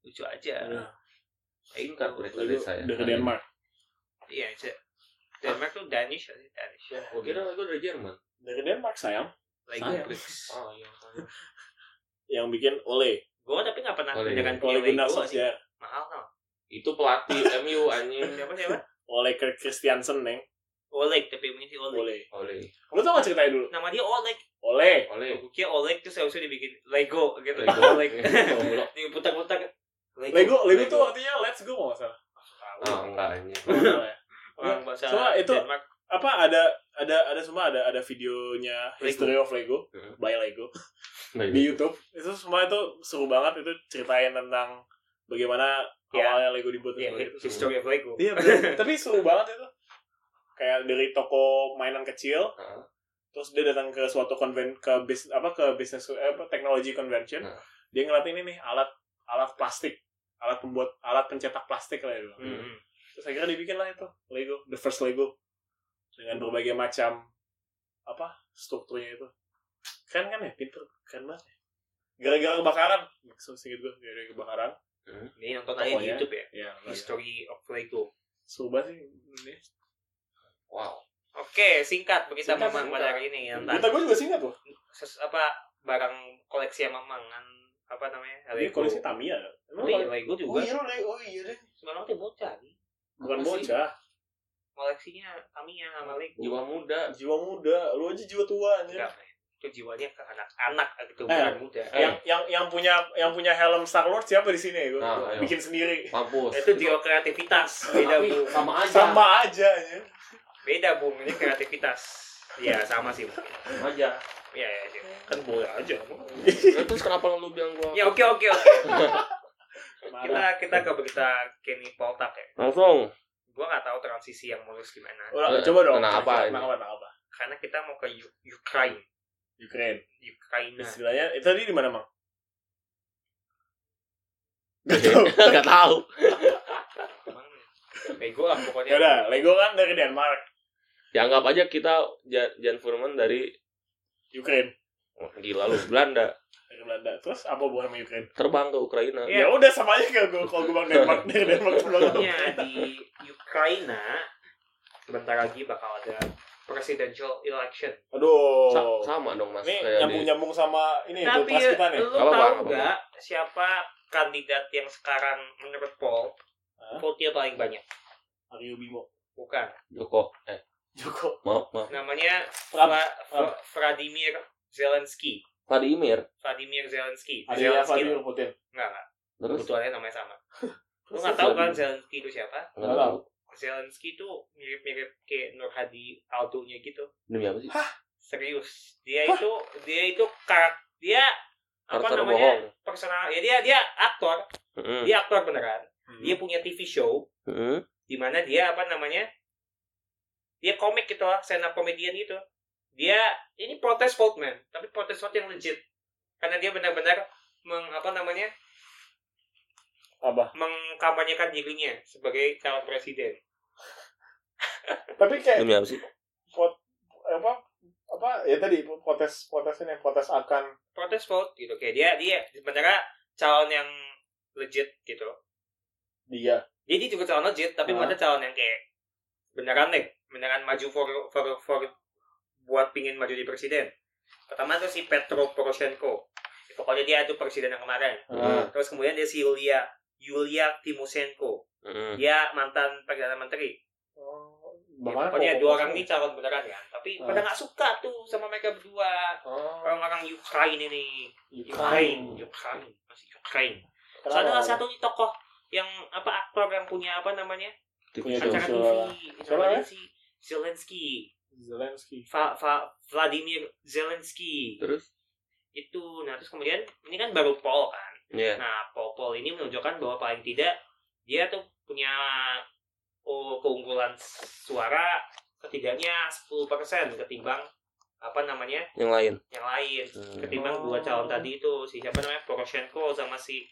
S1: lucu
S3: Iya.
S1: aja
S2: Singkat berita
S3: Dari,
S2: dari saya.
S3: ya. dari Denmark.
S1: iya aja Denmark tuh Danish aja Danish
S2: Gue Ya, kira gue dari Jerman.
S3: Dari Denmark sayang,
S1: Lego
S2: Ah,
S1: oh iya
S3: yang bikin Ole,
S1: gue tapi nggak pernah
S2: Oh, iya.
S1: beneran punya
S3: Ole Gunnar
S1: Lego sih
S3: Solskjaer,
S1: mahal tau
S2: Itu pelatih MU anjing.
S1: siapa siapa
S3: Ole Kirk Christiansen neng,
S1: Oleg tapi mungkin sih Oleg
S3: Ole.
S2: Oleh.
S3: Lu tau gak ceritanya dulu?
S1: nama dia Oleg
S3: Ole.
S2: Oleh.
S1: gue kira Oleg tuh seharusnya dibikin Lego gitu
S2: Lego.
S1: Oleg
S2: Lego.
S1: ini putar-putar
S3: Lego, Lego tuh artinya let's go kalau nggak salah.
S2: Oh, enggak anjing.
S3: Kalau nggak salah ya.
S1: orang bahasa
S3: Soalnya itu-
S1: Denmark
S3: Apa ada ada ada semua ada ada videonya
S1: Lego.
S3: History of Lego
S2: Hmm.
S3: by Lego
S2: Lego.
S3: di YouTube. Itu semua itu seru banget itu ceritain tentang bagaimana
S1: Ya.
S3: awalnya Lego dibuat
S1: ya
S3: dan sebagainya.
S1: history of Lego
S3: Iya bener. Tapi seru banget itu. Kayak dari toko mainan kecil,
S2: Heeh.
S3: terus dia datang ke suatu konven ke bis apa ke bisnis eh, apa technology convention.
S2: Heeh.
S3: Dia ngeliat ini nih alat alat plastik, alat pembuat alat pencetak plastik lah ya. itu.
S1: Hmm.
S3: Terus akhirnya dibikin lah itu Lego, the first Lego dengan berbagai macam apa strukturnya itu. Keren kan ya, pinter, keren banget. ya. Gara-gara kebakaran, singkat gue, gara-gara kebakaran.
S1: ini nonton aja di
S3: Pokoknya.
S1: YouTube ya
S3: Ya,
S1: history of Lego
S3: seru banget sih. ini.
S2: Wow.
S1: Oke, singkat berita
S3: Singkat,
S1: Mamang
S3: singkat.
S1: pada hari ini ya,
S3: Berita
S1: tentang
S3: gue juga singkat loh.
S1: ses- apa barang koleksi yang Mamang kan apa namanya?
S3: Dia
S1: Lego.
S3: Iya, koleksi Tamiya. Emang
S1: Iya, Lego juga.
S3: iya, Roy. oh iya deh.
S1: Sebenarnya tuh bocah nih.
S3: Bukan
S2: Apa sih?
S3: bocah,
S1: Koleksinya Tamiya sama Lego.
S2: Jiwa muda.
S3: jiwa muda. Lu aja jiwa tua anjir.
S1: Enggak, Fred. itu jiwanya ke anak-anak gitu,
S3: Iya. Eh.
S1: bukan muda.
S2: Eh.
S3: Yang yang yang punya yang punya helm Star Lord siapa di sini? ya, Gua
S2: Nah, ayo.
S3: bikin sendiri.
S2: Mampus.
S1: Itu jiwa kreativitas. Beda,
S2: Tapi
S1: Bung.
S2: sama aja.
S3: Sama aja anjir.
S1: Beda, Bung. Ini kreativitas. Iya, sama sih. Bung.
S2: Sama aja.
S1: Iya, iya, iya. Kan boleh aja. Bung.
S2: Lah, Terus kenapa lu bilang gua?
S1: Ya, oke, oke, oke. Kita
S3: Marah.
S1: kita ke berita Kenny Poltak ya.
S2: Langsung.
S1: Gua nggak tahu transisi yang mulus gimana.
S3: Ulang, coba dong.
S2: Nah, apa ini?
S3: Nah, apa, nah, apa?
S1: Karena kita mau ke Yu- Ukraine.
S3: Ukraine.
S1: Ukraina.
S3: Istilahnya itu tadi di mana, Mang?
S2: Enggak tahu.
S1: Bego lah pokoknya.
S3: Ya udah, Lego kan dari Denmark,
S2: Ya anggap aja kita Jan, Jan Furman dari
S3: Ukraine,
S2: oh, gila lu Belanda
S3: dari Belanda. Terus apa hubungannya sama Ukraine?
S2: terbang ke Ukraina.
S1: Iya.
S3: Ya udah sama aja kayak gua kalau gue bilang Denmark dari Denmark ke Belanda.
S1: Pokoknya Iya, di Ukraina sebentar lagi bakal ada presidential election.
S3: Aduh.
S2: Sa- sama dong Mas
S3: Ini
S2: kayak di
S3: nyambung-nyambung sama ini
S1: Tapi eh,
S3: Pilpres kita nih.
S1: lu
S2: Apa, Bang? Apa,
S1: tahu nggak siapa kandidat yang sekarang menurut poll
S3: Hah?
S1: vote-nya paling banyak?
S3: Aryo Bimo.
S1: Bukan.
S2: Joko. Eh,
S3: Joko.
S2: maaf, maaf.
S1: Namanya
S3: Trump.
S1: Vla- Vla- Vladimir Zelensky.
S2: Vladimir.
S1: Vladimir Zelensky.
S3: Aryo
S1: Zelensky.
S3: Vladimir Putin.
S1: Enggak, enggak.
S2: Terus
S1: Kebetulannya namanya sama. Lu nggak tahu kan Zelensky itu siapa?
S2: Enggak tahu.
S1: Zelensky itu mirip-mirip kayak Nur Hadi Aldo-nya gitu.
S2: Demi apa sih?
S1: serius dia itu dia itu karak dia apa
S2: Karakter
S1: namanya
S2: bohong. Hmm.
S1: personal ya dia dia aktor
S2: Heeh.
S1: dia aktor beneran dia
S3: Hmm.
S1: punya TV show
S2: Heeh.
S1: di mana dia apa namanya dia komik gitu lah stand up comedian gitu dia ini protes vote man tapi protes vote yang legit karena dia benar-benar meng, apa namanya
S3: Apa?
S1: mengkampanyekan dirinya sebagai calon presiden
S3: Tapi kayak
S2: Demi apa sih?
S3: pot, apa apa ya tadi potes potes ini potes akan
S1: protes vote gitu kayak dia dia sebenarnya calon yang legit gitu
S3: dia
S1: jadi juga calon legit tapi
S3: Ah.
S1: bukan calon yang kayak beneran deh beneran maju for for for buat pingin maju di presiden pertama tuh si Petro Poroshenko pokoknya dia itu presiden yang kemarin
S2: Hmm.
S1: terus kemudian dia si Yulia Yulia Timosenko
S2: Mm.
S1: dia mantan perdana menteri
S3: Oh,
S1: Ya,
S3: bagaimana
S1: pokoknya
S3: kalau-
S1: dua orang ini calon beneran ya tapi
S3: Ah.
S1: pada nggak suka tuh sama mereka berdua
S3: Oh,
S1: orang-orang Ukraine ini
S3: Ukraine.
S1: Ukraine Ukraine masih Ukraine
S3: Kenapa?
S1: Soalnya salah satu nih tokoh yang apa aktor yang punya apa namanya
S2: TV
S3: Punya
S2: show.
S1: acara TV
S3: Siapa?
S1: namanya
S3: Siapa?
S1: si Zelensky
S3: Zelensky
S1: Va- Va- Vladimir Zelensky
S2: Terus?
S1: itu nah terus kemudian ini kan baru Paul kan
S2: Iya.
S1: nah Paul Paul ini menunjukkan bahwa paling tidak dia tuh punya oh, keunggulan suara setidaknya 10% ketimbang apa namanya
S2: Yang lain.
S1: yang lain
S2: Hmm.
S1: ketimbang dua calon tadi itu si siapa namanya Poroshenko sama si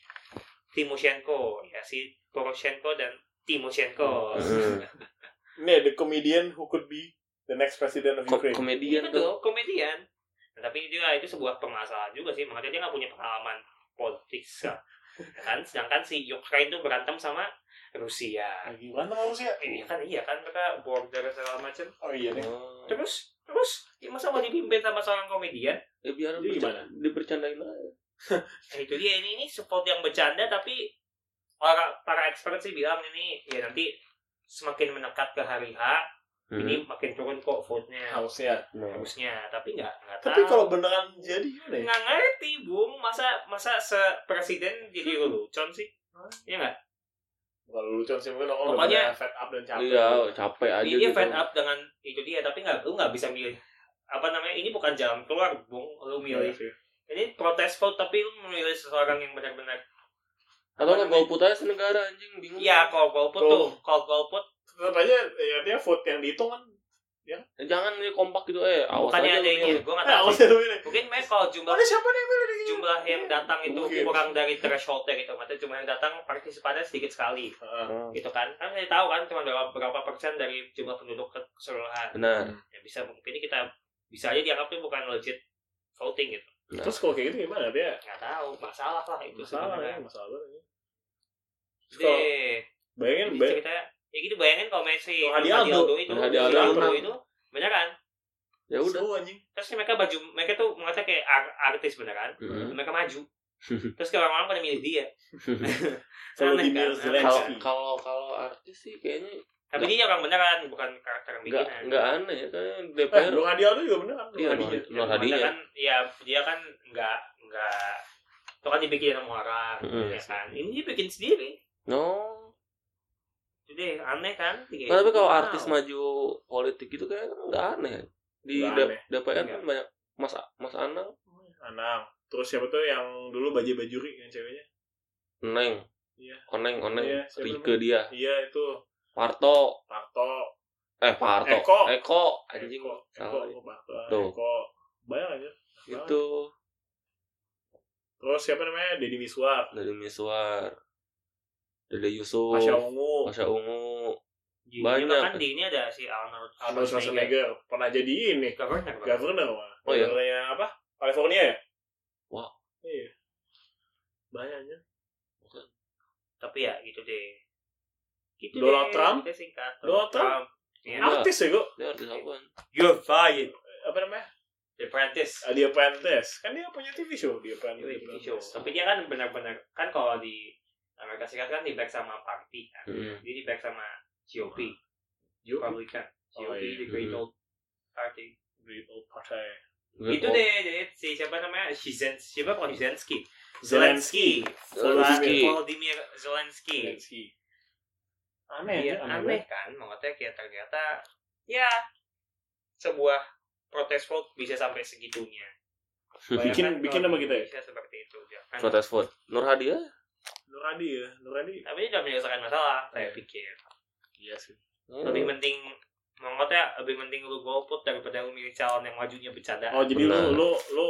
S1: Timoshenko ya si Poroshenko dan Timoshenko
S2: Hmm.
S3: Nih, the comedian who could be the next president of
S2: Ko-
S3: Ukraine.
S2: komedian tuh.
S1: Iya, betul komedian nah, tapi dia itu sebuah permasalahan juga sih makanya dia nggak punya pengalaman politik ya kan sedangkan si Ukraine itu berantem sama Rusia
S3: Lagi berantem sama Rusia.
S1: iya kan iya kan mereka border segala macam
S3: ya? Oh iya nih.
S2: Oh.
S1: terus terus ya masa mau dipimpin sama seorang komedian
S2: Eh, biar
S3: Jadi
S2: bercanda, dipercandain lah.
S1: Nah, itu dia ini ini support yang bercanda tapi orang para expert sih bilang ini ya nanti semakin mendekat ke hari H ini makin turun kok vote-nya
S3: Harusnya.
S2: Nah.
S1: harusnya tapi nggak nggak tahu
S3: ya. Tapi kalau beneran jadi gimana ya?
S1: Ah. nggak ngerti bung masa masa sepresiden jadi lelucon sih ya nggak
S3: Bukan lelucon sih, mungkin orang
S1: Pokoknya-
S3: udah fed up dan capek.
S2: Iya, capek aja
S1: dia, dia
S2: gitu.
S1: fed up dengan itu dia tapi nggak lu nggak bisa milih apa namanya ini bukan jalan keluar bung lu
S3: Iya
S1: milih
S3: sih.
S1: ini protes vote tapi lu memilih seseorang yang benar-benar
S2: Atau nggak golput aja senegara anjing bingung.
S1: ya kalau golput
S3: Tuh.
S1: tuh kalau golput
S3: Tetap aja, ya, artinya vote yang dihitung kan.
S2: Eh, Jangan dia kompak gitu eh awas aja.
S1: bukannya ada
S2: lu
S1: ini
S2: nih.
S1: gue nggak
S3: Eh,
S1: tahu
S3: awas
S1: sih.
S3: ya lu ini.
S1: mungkin mereka kalau jumlah
S3: Oh, ini siapa nih yang milih nih?
S1: jumlah yang datang itu
S3: Mungkin.
S1: kurang dari thresholdnya gitu maksudnya jumlah yang datang partisipannya sedikit sekali
S3: Heeh.
S2: Ah,
S1: gitu kan kan saya tahu kan cuma berapa, berapa persen dari jumlah penduduk ke- keseluruhan
S2: Benar.
S1: ya bisa mungkin ini kita bisa aja dianggapnya bukan legit voting gitu
S3: Terus kalau kayak gitu gimana? Dia
S1: nggak tahu masalah lah itu
S3: masalah ya,
S1: sebenarnya
S3: masalah banget. Kalau-
S1: deh
S3: Bayangin,
S1: jadi
S3: bayangin.
S1: cerita ya gitu bayangin kalau Messi
S3: Kalau Hadi Aldo.
S1: itu
S2: Kalau Hadi
S1: Hadi
S2: Aldo
S1: Aldo
S2: menang.
S1: itu beneran
S2: Ya udah.
S3: Seru, anjing.
S1: terus mereka baju mereka tuh mereka kayak ar- artis beneran
S2: Mm-mm.
S1: mereka maju terus kayak orang-orang pada milih dia
S3: Volodymyr
S1: kan?
S2: Kalau
S3: Zelensky.
S2: kalau kalau artis sih kayaknya
S1: tapi dia orang beneran bukan karakter yang kan?
S2: nggak
S1: bikinan
S2: nggak aneh ya kayaknya
S3: Eh,
S2: DPR.
S3: Nur Hadi Aldo juga beneran. Nur
S2: Iya,
S3: Hadi ya.
S2: Nur
S1: Yang
S2: Hadinya.
S1: mana kan ya dia kan nggak nggak itu kan dibikin sama orang
S2: Mm.
S1: ya kan ini dibikin sendiri
S2: No.
S1: jadi aneh kan
S3: Iya,
S1: Tiga-
S2: Nah, tapi kalau
S1: Wow.
S2: artis maju politik gitu kayaknya kan nggak aneh. Di
S3: Nggak
S2: D-
S3: aneh. Iya.
S2: DPR kan banyak Mas Mas Anang,
S3: Anang. Terus siapa tuh yang dulu bajai bajuri yang ceweknya?
S2: Neng.
S3: Iya.
S2: Oneng, Oneng.
S3: Iya, siapa
S2: Rike
S3: namanya?
S2: dia.
S3: Iya itu
S2: Parto.
S3: Parto.
S2: Eh, Parto.
S3: Eko.
S2: Eko. Anjing.
S3: Eko, Eko,
S2: Salah.
S3: Eko Parto.
S2: Tuh.
S3: Eko. Banyak aja.
S2: Itu
S3: Terus siapa namanya? Deddy Miswar.
S2: dari Miswar. Dari Yusuf.
S3: Pasha Ungu.
S2: Pasha Ungu.
S1: Jadi
S2: banyak.
S1: bahkan di ini ada si Arnold
S3: Arnold Schwarzenegger. Pernah jadi ini.
S1: Governor Bang.
S3: Governor mah.
S2: Oh, iya.
S3: Governornya apa? California ya?
S2: Wow.
S3: Iya. Banyaknya.
S1: tapi ya gitu deh gitu
S3: Donald
S1: deh,
S3: Trump?
S1: kita singkat
S3: Donald Trump?
S1: Ya.
S2: Enggak.
S3: Artis ya kok.
S2: Dia artis apaan?
S1: you're fired
S3: Apa namanya?
S1: the apprentice
S3: Ah, The Apprentice. Kan dia punya TV show. The
S1: Itu
S3: Apprentice. The
S1: TV Iya, show.
S3: Apprentice.
S1: tapi dia kan benar-benar kan kalau di Amerika Serikat kan di back sama party kan
S2: Mm.
S3: Hmm.
S1: jadi di back sama GOP
S3: You
S1: Republican
S3: Oh,
S1: GOP
S3: iya.
S1: the Great
S2: Hmm.
S1: Old Party
S3: Great Old Party.
S1: itu deh jadi si siapa namanya Shizen siapa bukan Shizensky
S3: Zelensky.
S2: Zelensky.
S1: Volodymyr Zelensky
S3: Zelensky. Aneh
S1: Iya,
S3: ya.
S1: aneh kan maksudnya kayak ternyata ya sebuah protes vote bisa sampai segitunya
S3: Bikin-
S1: Bayangkan
S3: bikin
S1: kalau
S3: apa kita ya?
S1: bisa seperti itu jangan
S2: Protes vote. Nur Hadi ya?
S3: Nur Hadi ya. Nur Hadi.
S1: tapi ini tidak menyelesaikan masalah saya pikir
S3: Iya sih.
S1: lebih
S2: Hmm.
S1: penting maksudnya lebih penting lu golput daripada lu milih calon yang majunya bercanda
S3: Oh jadi lu
S2: Benar.
S3: lu lu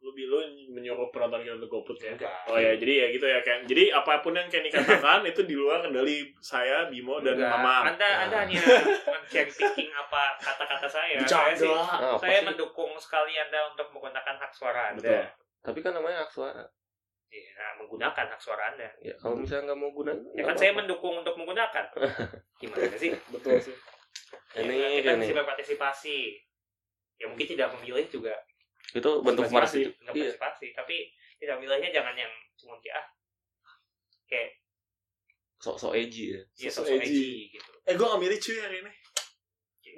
S3: lu lu menyuruh penonton kita untuk golput ya
S1: Enggak.
S3: oh ya jadi ya gitu ya Ken jadi apapun yang Kenny katakan itu di luar kendali saya Bimo dan Nah.
S1: Enggak.
S3: Mama
S1: Anda
S2: Ah.
S1: Anda hanya men-cherry picking apa kata-kata saya.
S3: Iya,
S1: Saya sih
S3: bercanda
S2: Ah, apa
S1: saya
S2: sih?
S1: mendukung sekali Anda untuk menggunakan hak suara Anda.
S3: betul
S2: Tapi kan namanya hak suara.
S1: Iya, nah, menggunakan hak suara Anda.
S2: Ya, kalau misalnya nggak mau gunain,
S1: Hmm. Ya kan saya mendukung untuk menggunakan. Gimana sih?
S3: betul sih
S1: Ya,
S2: ini
S1: kita
S2: ini
S1: mesti berpartisipasi. Ya mungkin
S3: Hmm.
S1: tidak memilih juga
S2: itu bentuk
S3: Partisipasi.
S2: partisipasi.
S1: nggak
S2: Iya.
S1: partisipasi, tapi tidak memilihnya jangan yang cuma kayak ah kayak
S2: Sok-sok edgy ya.
S1: ya
S3: Sosok
S1: sosok
S3: edgy.
S1: edgy gitu.
S3: eh gue nggak milih cuy hari ini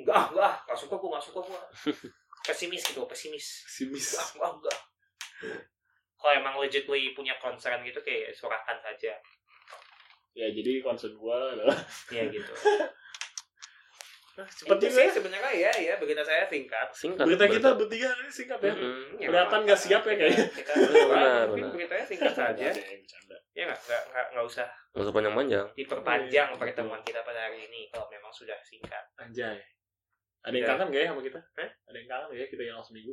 S1: Enggak, ah, enggak, ah, enggak suka gua, enggak suka gua. Pesimis gitu, pesimis. ah,
S3: simis
S1: Enggak, enggak, enggak. Kalau emang legitly punya concern gitu kayak surahkan saja.
S3: ya jadi concern gue adalah
S1: Ya gitu.
S3: cepet
S1: Itu
S3: juga
S1: sih
S3: ya.
S1: sebenarnya ya, ya begina saya singkat.
S2: Singkat.
S3: berita
S2: berita.
S3: kita bertiga hari ini singkat ya
S2: Mm-mm.
S1: Ya,
S3: Kelihatan nggak siap ya, kayaknya.
S1: Kita,
S2: Benar,
S1: mungkin
S2: benar.
S1: beritanya singkat saja.
S3: Ada yang bercanda.
S1: Ya nggak nggak nggak nggak usah
S2: Nggak usah panjang-panjang.
S1: diperpanjang
S3: Iya.
S1: pertemuan kita pada hari ini kalau memang sudah singkat. Nah,
S3: Anjay. Ada yang
S1: Ya.
S3: kangen gak ya sama kita?
S1: Hah?
S3: Ada yang kangen gak ya kita hilang seminggu?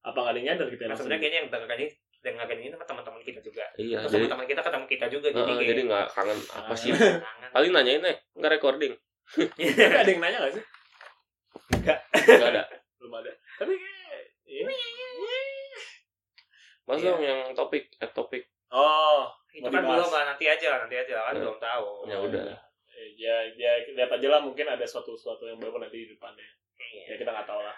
S3: Apa gak ada yang nyadar kita
S1: Nah,
S3: hilang
S1: sebenarnya
S3: seminggu?
S1: kayaknya yang dengerin ini dengerin ini sama teman-teman kita juga.
S2: Iya,
S1: Terus
S2: jadi
S1: teman-teman kita ketemu kita juga jadi
S2: Heeh,
S1: kayak
S2: jadi nggak kangen apa
S1: Ah.
S2: sih?
S1: kangen.
S2: Paling nanyain eh nggak recording,
S3: Tapi ada yang nanya gak sih?
S2: nggak ada.
S3: Belum ada. Tapi kayak... iya.
S2: Mas
S1: Iya.
S2: dong yang topik, eh topik.
S3: Oh,
S1: itu
S3: Mau
S1: kan
S3: dibahas.
S1: belum lah nanti aja lah nanti aja lah kan
S2: Ya.
S1: belum tahu.
S2: Ya
S1: Iya.
S2: udah.
S3: Eh, ya, ya lihat aja lah mungkin ada suatu suatu yang baru nanti di depannya. Ya kita nggak tahu lah.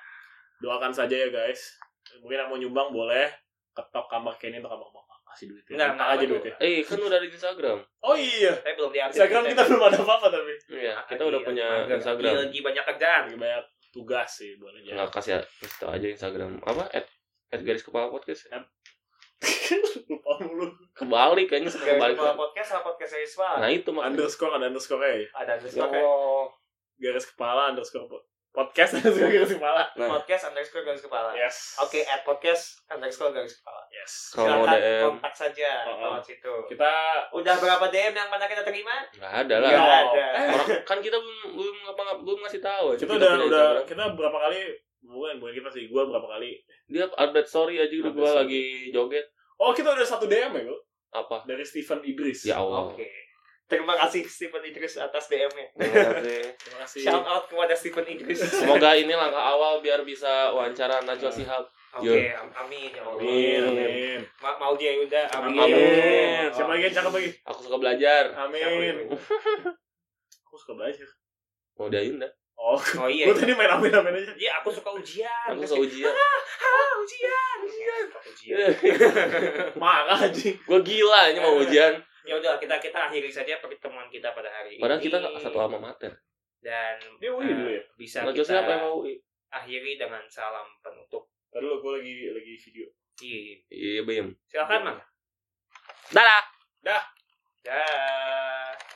S3: Doakan saja ya guys. Mungkin yang mau nyumbang boleh ketok kamar Kenny atau kamar mama kasih duit.
S1: Nggak,
S3: Minta
S1: nggak
S3: aja
S1: apa
S3: duit
S1: tuh.
S3: ya.
S2: Eh kan udah ada di Instagram.
S3: Oh iya.
S1: Tapi belum diupdate.
S3: Instagram kita belum ada apa-apa tapi.
S2: Iya, kita
S1: Lagi-
S2: udah punya
S1: lagi- Lagi,
S2: Instagram.
S1: lagi banyak kerjaan.
S3: Lagi banyak tugas sih boleh
S1: iya.
S3: aja.
S2: Nggak kasih kasih tau aja Instagram. Apa? At, at garis kepala podcast.
S3: Lupa mulu.
S2: Kebalik kayaknya
S1: Garis
S2: kebalik.
S1: kepala podcast sama podcast series
S2: Nah
S1: Pak.
S2: itu makanya.
S3: Underscore ada underscore ya.
S1: Ada
S2: Ya
S1: underscore kayak-
S2: Allah.
S3: garis kepala underscore po- podcast underscore garis kepala.
S2: Nah, Iya.
S1: podcast underscore garis kepala.
S3: Yes.
S1: Oke, at podcast underscore garis kepala.
S3: Yes.
S2: Kalau
S1: Silakan
S2: DM.
S1: kontak saja
S3: Oh,
S1: lewat
S3: oh.
S1: situ.
S3: Kita
S1: Udah berapa DM yang pernah kita terima?
S2: nggak ada lah.
S1: Nggak
S3: Nggak.
S1: ada.
S2: Orang kan kita belum belum apa belum ngasih tahu. aja.
S3: kita udah
S2: punya
S3: udah
S2: Instagram.
S3: kita berapa kali bukan bukan kita sih gua berapa kali.
S2: dia update story aja udah
S3: Update
S2: gua
S3: story.
S2: lagi joget
S3: Oh kita udah satu DM ya gua
S2: apa?
S3: dari Steven Idris.
S2: Ya Allah.
S1: Oke. Terima kasih Stephen Idris atas DM-nya.
S2: Terima kasih.
S3: Terima kasih.
S2: Iya.
S1: Shout out kepada Stephen Idris. Oke,
S2: Semoga ini langkah awal biar bisa wawancara Najwa
S3: Nah.
S2: Shihab.
S1: am- amin ya Allah.
S3: Amin. Amin.
S1: Ma Maudi Ayunda, amin.
S2: Amin.
S3: Siapa lagi yang cakep lagi?
S2: Aku suka belajar.
S3: Amin. Aku suka belajar.
S2: Mau diayun dah.
S3: Oh,
S1: Oh iya.
S3: gua tadi main amin amin aja.
S1: Iya, aku suka ujian.
S2: Aku
S3: Nah.
S2: suka ujian. Iya,
S1: Ah, ujian, ujian. ujian.
S3: Marah aja.
S2: Gua gila ini
S3: Nah.
S2: mau ujian.
S1: Ya udah kita kita akhiri saja pertemuan kita pada hari
S2: Padahal
S1: ini.
S2: kita satu alma mater.
S1: dan
S3: Dia UI
S1: eh,
S3: dulu ya?
S1: bisa
S2: Najwa
S1: kita
S2: Shihab emang UI.
S1: akhiri dengan salam penutup.
S3: Tadi lu gua lagi lagi video.
S1: Iya.
S2: Iya, Bim.
S1: Silakan, Mang.
S2: Dadah.
S1: Dah.